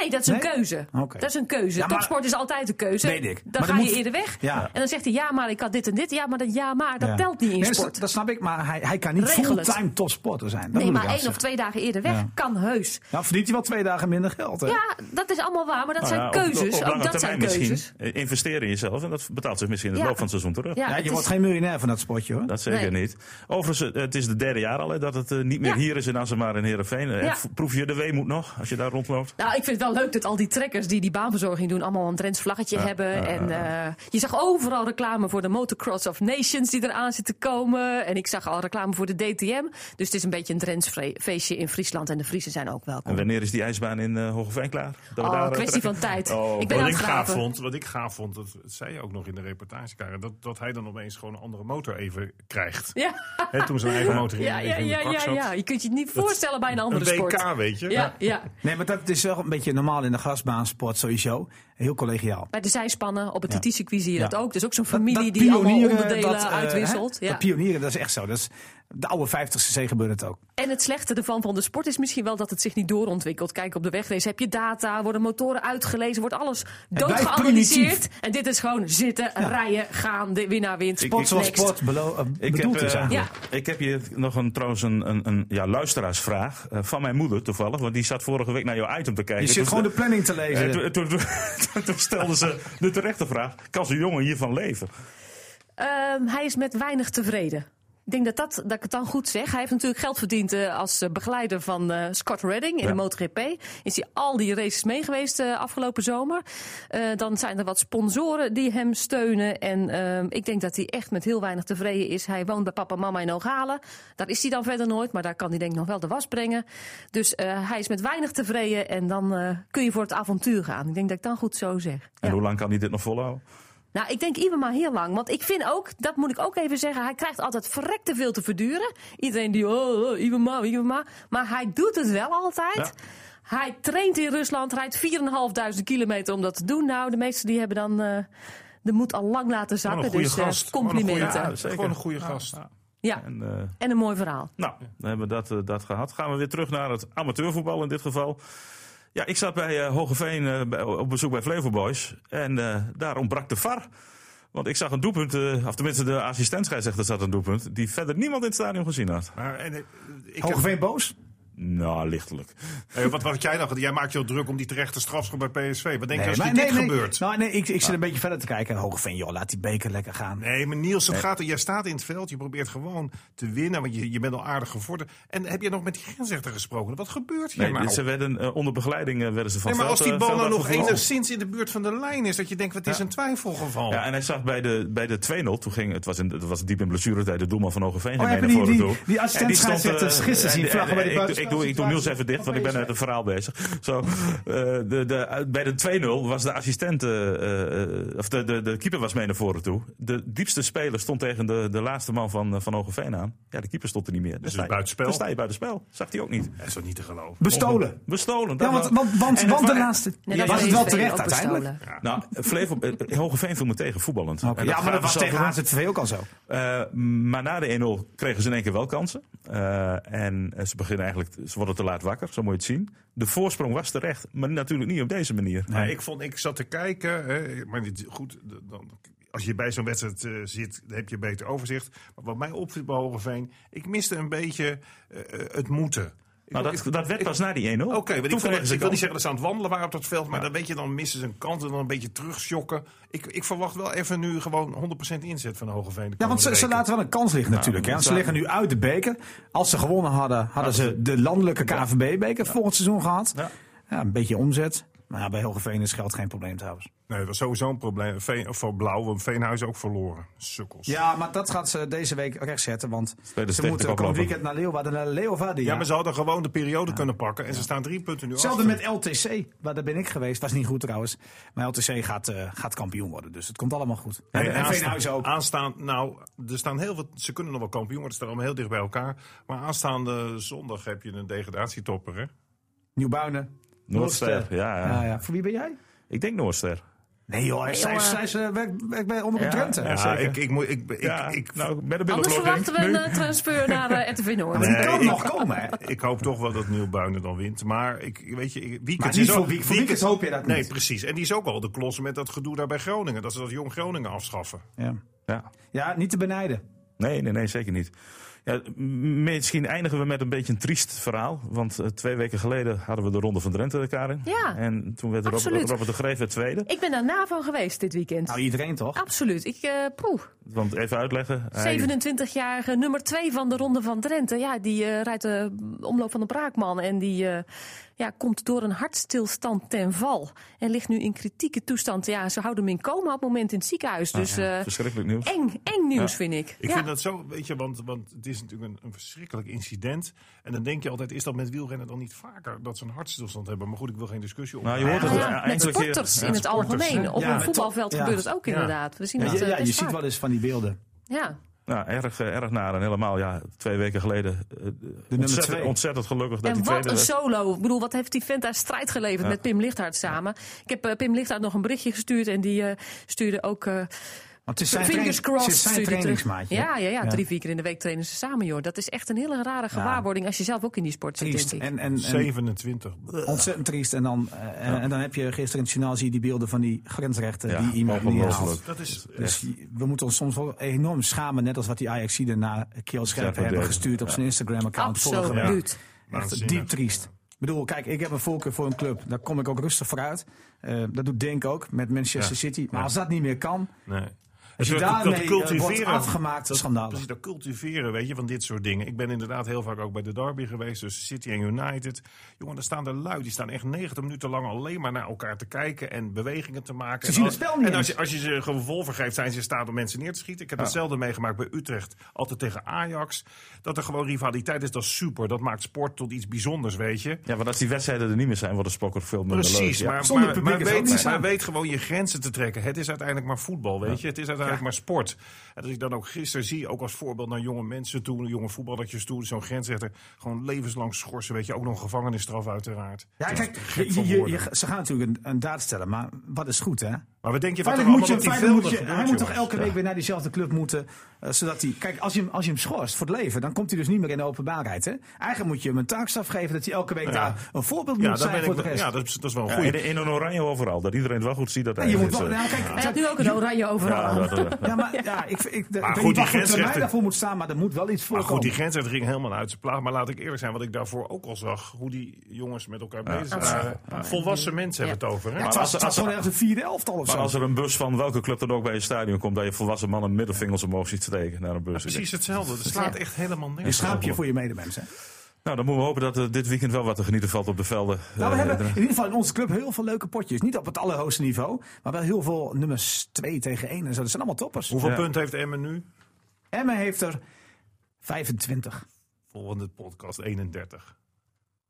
Nee, dat is een Nee? keuze. Oké. Dat is een keuze. Ja, maar- Topsport is altijd een keuze. Weet ik. Dan Maar ga dan je moet- eerder weg. Ja. En dan zegt hij, ja, maar ik had dit en dit. Ja, maar dat ja, maar, dat Ja. telt niet in Nee, dat- sport. Dat snap ik, maar hij, hij kan niet Regel het. fulltime topsporter zijn. Dat nee, moet maar ik één afzeggen. of twee dagen eerder weg Ja. kan heus. Nou, verdient hij wel twee dagen minder geld, hè? Ja, dat is allemaal waar, maar dat Nou zijn ja, op- keuzes. Op, lange Ook dat termijn zijn keuzes. misschien. Eh, Investeer in jezelf en dat betaalt zich misschien in de Ja. loop van het seizoen terug. Ja, Ja, het je is- wordt geen miljonair van dat sportje, hoor. Dat zeker Nee. niet. Overigens, eh, het is de derde jaar al hè, dat het eh, niet meer Ja. hier is in Azemar en Heerenveen. Eh, Ja. v- Proef je de weemoed nog als je daar rondloopt? Nou, ik vind het wel leuk dat al die trekkers die die baanverzorging doen... allemaal een Drents vlaggetje hebben. en eh, je zag overal reclame voor de Motocross of Nations die eraan zit te komen. En ik zag al reclame voor de DTM. Dus het is een beetje een Drents vre- feestje in Friesland. En de Friesen zijn ook welkom. En wanneer is die ijsbaan in eh Hogeveen klaar? Dat we Oh, daar, eh, kwestie trekken? van tijd. Oh, ik ben Wat aan ik het gaaf graven. vond, wat ik gaaf vond, dat, dat zei je ook nog in de reportage, Karen, dat, dat hij dan opeens gewoon een andere motor even krijgt. Ja. Hè, toen zijn eigen motor in, Ja, ja, even in de ja, bak ja, zat. ja. Je kunt je het niet voorstellen bij een andere Een WK, sport. weet je. Ja, ja. Nee, maar dat is wel een beetje normaal in de grasbaansport sowieso. Heel collegiaal. Bij de zijspannen op het Ja. TT-circuit zie je dat Ja. ook. Dus ook zo'n familie Dat- dat die allemaal pionieren, onderdelen dat, eh, uitwisselt. hè, Ja. Dat pionieren, dat is echt zo. Dat is, de oude 50cc gebeurde het ook. En het slechte ervan van de sport is misschien wel dat het zich niet doorontwikkelt. Kijk, op de wegrace heb je data, worden motoren uitgelezen, wordt alles doodgeanalyseerd. primitief. En dit is gewoon zitten, rijden, gaan, de winnaar wint. Sport zoals Next. sport belo- eh, Ik heb, bedoeld is eh, eigenlijk. ik heb hier nog een, trouwens een, een, een ja, luisteraarsvraag eh, van mijn moeder toevallig. Want die zat vorige week naar jouw item te kijken. Je Toen- zit gewoon de planning te eh, lezen. toen- toen- toen- Toen stelde ze de terechte vraag: kan zo'n jongen hiervan leven? Ehm, hij is met weinig tevreden. Ik denk dat, dat, dat ik het dan goed zeg. Hij heeft natuurlijk geld verdiend eh, als eh, begeleider van eh, Scott Redding in Ja. de MotoGP. Is hij al die races mee geweest eh, afgelopen zomer. Eh, dan zijn er wat sponsoren die hem steunen. En ehm, ik denk dat hij echt met heel weinig tevreden is. Hij woont bij papa en mama in Ogalen. Daar is hij dan verder nooit, maar daar kan hij denk ik nog wel de was brengen. Dus eh, hij is met weinig tevreden en dan eh, kun je voor het avontuur gaan. Ik denk dat ik dan goed zo zeg. En Ja. hoe lang kan hij dit nog volhouden? Nou, ik denk Iwema heel lang. Want ik vind ook, dat moet ik ook even zeggen, hij krijgt altijd verrekte veel te verduren. Iedereen die, oh, oh, Iwema, Iwema. Maar hij doet het wel altijd. Ja. Hij traint in Rusland, rijdt 4.500 kilometer om dat te doen. Nou, de meesten die hebben dan eh, de moed al lang Gewoon laten zakken. een goede Dus eh, gast. Gewoon een goede- complimenten. Ja, Ja, zeker. Gewoon een goede gast. En, eh, en een mooi verhaal. nou, dan hebben we dat, eh, dat gehad. Gaan we weer terug naar het amateurvoetbal in dit geval. Ja, ik zat bij eh Hogeveen eh, bij- op bezoek bij Flevo Boys. En eh, daar ontbrak de VAR. Want ik zag een doelpunt, eh, of tenminste de assistentscheidsrechter zat een doelpunt... die verder niemand in het stadion gezien had. Maar, en, eh, ik heb- Hogeveen boos? Nou, lichtelijk. Eh, wat, wat had jij nou? Jij maakt je al druk om die terechte strafschop bij PSV. Wat denk je als maar dit nee, nee, gebeurt? Nou, nee, ik, ik zit een beetje verder te kijken. Hogeveen, joh, laat die beker lekker gaan. Nee, maar Niels, het gaat, er- jij staat in het veld. Je probeert gewoon te winnen, want je, je bent al aardig gevorderd. En heb je nog met die grensrechter gesproken? Wat gebeurt hier Nee, nou? ze werden, eh, onder begeleiding eh, werden ze van Nee, maar veld, als die eh, bal veld nou nog afgevlogen. enigszins in de buurt van de lijn is, dat je denkt, wat is een twijfelgeval? Oh. Ja, en hij zag bij de, bij de 2-0, toen ging, het, was in, het was diep in blessuretijd, de doelman van Hogeveen ging Oh, mee hebben naar voren die- toe. die- die En assistent stond, scheidsrechters eh, gisteren zien en- vlaggen bij die en- ik- Ik doe, ik doe Niels even dicht, want buitenspelsituatie. ik ben met een verhaal bezig. Zo, eh, de, de, bij de 2-0 was de assistent, eh, eh, of de, de, de keeper was mee naar voren toe. De diepste speler stond tegen de, de laatste man van, eh, van Hogeveen aan. Ja, de keeper stond er niet meer. Dus het buitenspel. Dan sta je buitenspel. Zag hij ook niet. Dat is toch niet te geloven? Bestolen. Bestolen. Ja, dat want, wel. want, want, En het want de wa- laatste. Nee, Ja, dat was was het wel PSV terecht ook uiteindelijk? bestolen. Nou, Flevo, eh, Hogeveen viel me tegen, voetballend. Oké. En Ja, maar dat gaven was ze tegen over. HZV ook al zo. Eh, maar na de 1-0 kregen ze in één keer wel kansen. Eh, en eh, ze beginnen eigenlijk, ze worden te laat wakker, zo moet je het zien. De voorsprong was terecht, maar natuurlijk niet op deze manier. Maar ik, vond, ik zat te kijken, hè, maar dit, goed, d- dan, als je bij zo'n wedstrijd eh, zit, dan heb je beter overzicht. Maar wat mij opviel bij Hogeveen, ik miste een beetje eh, eh, het moeten. Ik Maar wil- dat, ik- dat werd pas na die 1-0. Oké, want ik, Toen vond kregen het- ze ik wil kansen. niet zeggen dat ze aan het wandelen waren op dat veld, maar dan weet je, dan missen ze een kans en dan een beetje terugschokken. Ik, ik verwacht wel even nu gewoon 100% inzet van Hogeveen. de Ja, want ze, komende ze weken. laten wel een kans liggen natuurlijk. Hè? Want ze liggen nu uit de beker. Als ze gewonnen hadden, hadden ze de landelijke KVB-beker volgend seizoen gehad. Ja. Ja. een beetje omzet. Maar ja, bij Hogeveen is geld geen probleem trouwens. Nee, dat was sowieso een probleem. Veen, voor Blauw, want Veenhuis ook verloren. Sukkels. Ja, maar dat gaat ze deze week rechtzetten. Want tegen ze de moeten koploper. komend weekend naar Leeuwarden. Naar Leeuwarden Ja, ja. maar ze hadden gewoon de periode kunnen pakken. En ze staan drie punten nu Hetzelfde achter. met LTC. Waar daar ben ik geweest. Was niet goed trouwens. Maar LTC gaat, eh, gaat kampioen worden. Dus het komt allemaal goed. Nee, en aansta- Veenhuis ook. Ah. Aanstaan, nou, er staan heel veel, ze kunnen nog wel kampioen worden, ze staan allemaal heel dicht bij elkaar. Maar aanstaande zondag heb je een degradatietopper, hè? Nieuwbuinen. Noordster, ja, ja. Ja, ja. Voor wie ben jij? Ik denk Noordster. Nee joh, hij zij, jongen. zij, zij werkt werkt bij onder de Drenthe. Ja, Ja, zeker. ik, ik, moet- ik, ik, Ja, ik, nou, met een Anders middelblok verwachten we een in. eh, transfer naar eh, RTV Noord. Die Nee, kan ik- nog komen hè. ik hoop toch wel dat Nieuwbuinen dan wint. Maar ik, weet je, ik- Maar weekend niet is ook... voor week- voor weekend hoop je dat Nee, niet. precies. En die is ook al de klos met dat gedoe daar bij Groningen. Dat ze dat jong Groningen afschaffen. Ja. Ja. ja, niet te benijden. Nee, nee, nee, zeker niet. Ja, m- misschien eindigen we met een beetje een triest verhaal. Want eh, twee weken geleden hadden we de Ronde van Drenthe, Karin. Ja, En toen werd Robert, absoluut. Robert de Greef werd tweede. Ik ben daar NAVO geweest dit weekend. Nou, iedereen toch? Absoluut. Ik, eh poeh. Want even uitleggen. hij- 27-jarige nummer 2 van de Ronde van Drenthe. Ja, die eh, rijdt de omloop van de Braakman. En die eh, ja, komt door een hartstilstand ten val. En ligt nu in kritieke toestand. Ja, ze houden hem in coma op het moment in het ziekenhuis. Dus eh, Verschrikkelijk nieuws. eng, eng nieuws Ah, Ja. vind ik. Ik ja. vind dat zo, weet je, want, want het is natuurlijk een, een verschrikkelijk incident. En dan denk je altijd, is dat met wielrennen dan niet vaker dat ze een hartstilstand hebben? Maar goed, ik wil geen discussie op. Nou, je hoort Nou het ja, eh, met enkele keer. sporters Ja, in het algemeen. hè? Op Ja, een maar voetbalveld toch- ja. gebeurt het ook inderdaad. We zien Ja, dat, ja, eh, je best ziet vaak. wel eens van die beelden. Ja. Nou, erg, eh, erg naar en helemaal, ja, twee weken geleden. eh, ontzettend, twee. ontzettend gelukkig dat En die wat tweede een werd. solo. Ik bedoel, wat heeft die vent daar strijd geleverd met Pim Lichthart samen. Ik heb eh, Pim Lichthart nog een berichtje gestuurd en die eh, stuurde ook... eh, Want het is zijn, train- Fingers het crossed. is zijn stuurt hij terug. trainingsmaatje. Ja, ja, ja, Ja. drie, vier keer in de week trainen ze samen, joh. Dat is echt een hele rare gewaarwording als je zelf ook in die sport zit, Triest. denk ik. En, en, en 27. ontzettend triest. En dan, eh, en, en dan heb je gisteren in het journaal zie je die beelden van die grensrechten Ja, die iemand niet haalt. ongelooflijk. Dat is, Dus je- we moeten ons soms wel enorm schamen, net als wat die ajax na Kiel Scherpen Scherpen hebben deed. gestuurd op zijn Instagram-account vorige week. Absoluut. Echt Waanzinnig. diep triest. Ik bedoel, kijk, ik heb een voorkeur voor een club. Daar kom ik ook rustig vooruit. Eh dat doet Denk ook met Manchester Ja. City. Maar als dat niet meer kan, nee. Dat je Dus dat- dat daarmee eh, wordt cultiveren. afgemaakt, Dat- schandalig. Precies, dat cultiveren, weet je, van dit soort dingen. Ik ben inderdaad heel vaak ook bij de derby geweest tussen City en United. Jongen, daar staan er lui, die staan echt 90 minuten lang alleen maar naar elkaar te kijken en bewegingen te maken. Ze zien En het al- spel niet En als eens. je, als je ze revolver geeft, zijn ze in staat om mensen neer te schieten. Ik heb hetzelfde meegemaakt bij Utrecht, altijd tegen Ajax. Dat er gewoon rivaliteit is, dat is super. Dat maakt sport tot iets bijzonders, weet je. Ja, want als die wedstrijden er niet meer zijn, wordt de sport veel minder leuk. Precies, ja. maar, Zonder maar, publiek maar is het ook weet, niet maar saai. weet gewoon je grenzen te trekken. Het is uiteindelijk maar voetbal, weet je. Het is uiteindelijk maar sport. En als ik dan ook gisteren zie, ook als voorbeeld naar jonge mensen toe, jonge voetballertjes toe, zo'n grensrechter, gewoon levenslang schorsen, weet je. Ook nog een gevangenisstraf uiteraard. Ja, Dat is kijk, te gek je, voor je- woorden. je- ze gaan natuurlijk een, een daad stellen, maar wat is goed, hè? maar we denken wat er Feitelijk allemaal moet je, op die feitelijk velden moet je, gebeurt, hij moet toch jongens. elke week weer naar diezelfde club moeten. eh, zodat hij, kijk, als je, hem, als je hem schorst voor het leven, dan komt hij dus niet meer in de openbaarheid. Hè? Eigenlijk moet je hem een taakstaf geven dat hij elke week daar een voorbeeld moet Ja, daar zijn ben voor ik, de wel- rest. ja dat, is, dat is wel een Ja, goede. in, in een oranje overal, dat iedereen het wel goed ziet dat hij je er moet is, wel, eh. nou, kijk, Hij had nu ook een oranje overal Ja, aan. dat, eh, ja, maar ja, ik, ik, ik weet niet goed, die wat voor termijn grensrechter- daarvoor moet staan, maar er moet wel iets Maar voorkomen. goed, die grensrechter ging helemaal uit zijn plaat. Maar laat ik eerlijk zijn, wat ik daarvoor ook al zag, hoe die jongens met elkaar bezig waren. Volwassen mensen hebben het over. Hè? het Maar was, als- het was als- gewoon ergens een vierde elftal of Maar zo. als er een bus van welke club dan ook bij het stadion komt, dat je volwassen mannen middelvingers omhoog ziet steken naar een bus. Precies hetzelfde. Het slaat echt helemaal Een nergens. schaapje voor je medemens. Hè? Nou, dan moeten we hopen dat er dit weekend wel wat te genieten valt op de velden. Nou, we Eh, hebben in eh, ieder geval in onze club heel veel leuke potjes. Niet op het allerhoogste niveau, maar wel heel veel nummers 2 tegen 1 en zo. Dat zijn allemaal toppers. Hoeveel Ja. punten heeft Emmen nu? Emmen heeft er 25. Volgende podcast 31.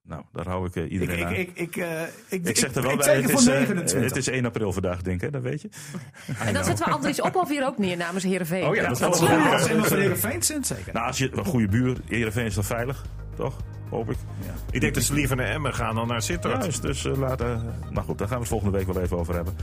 nou, daar hou ik eh, Ik, iedereen ik, aan. Ik, ik, ik, eh, ik, zeg er wel ik bij, teken het voor is, eh, 29. het is 1 april vandaag, denk ik, dat weet je. En dan zetten we Andries Ophof hier ook neer namens Heerenveen. Oh ja, dat Als is wel Emmen- als Emmen van Heerenveen zit, zeker. Nou, als je een goede buur, Ereveen is dan veilig, toch? Hoop ik. Ik denk dat ze liever naar Emmen gaan dan naar Sittard. Juist, dus eh, laten. Nou goed, daar gaan we het volgende week wel even over hebben.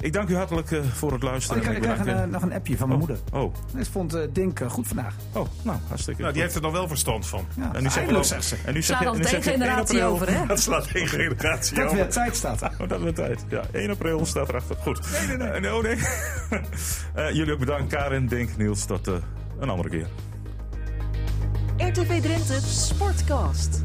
Ik dank u hartelijk eh, voor het Oh, ik luisteren. krijg, ik En krijg een, eh, bedank, nog een appje van mijn moeder. eh, oh, Dus vond eh, Dink eh, goed vandaag. oh, nou, hartstikke Nou, goed. die heeft er dan wel verstand van. En Ja, nu zegt eindelijk zegt ze. En nu zeg Slaan je- dan nu één zeg je 1 generatie april. over, hè? Dat slaat geen generatie Dat weer over. tijd staat. er. Oh, dat wordt tijd. Ja, 1 april staat erachter. Goed. Nee, nee, nee. oh, nee. Eh, jullie ook bedankt, Karin, Denk, Niels. Tot eh, een andere keer. RTV Drenthe Sportcast.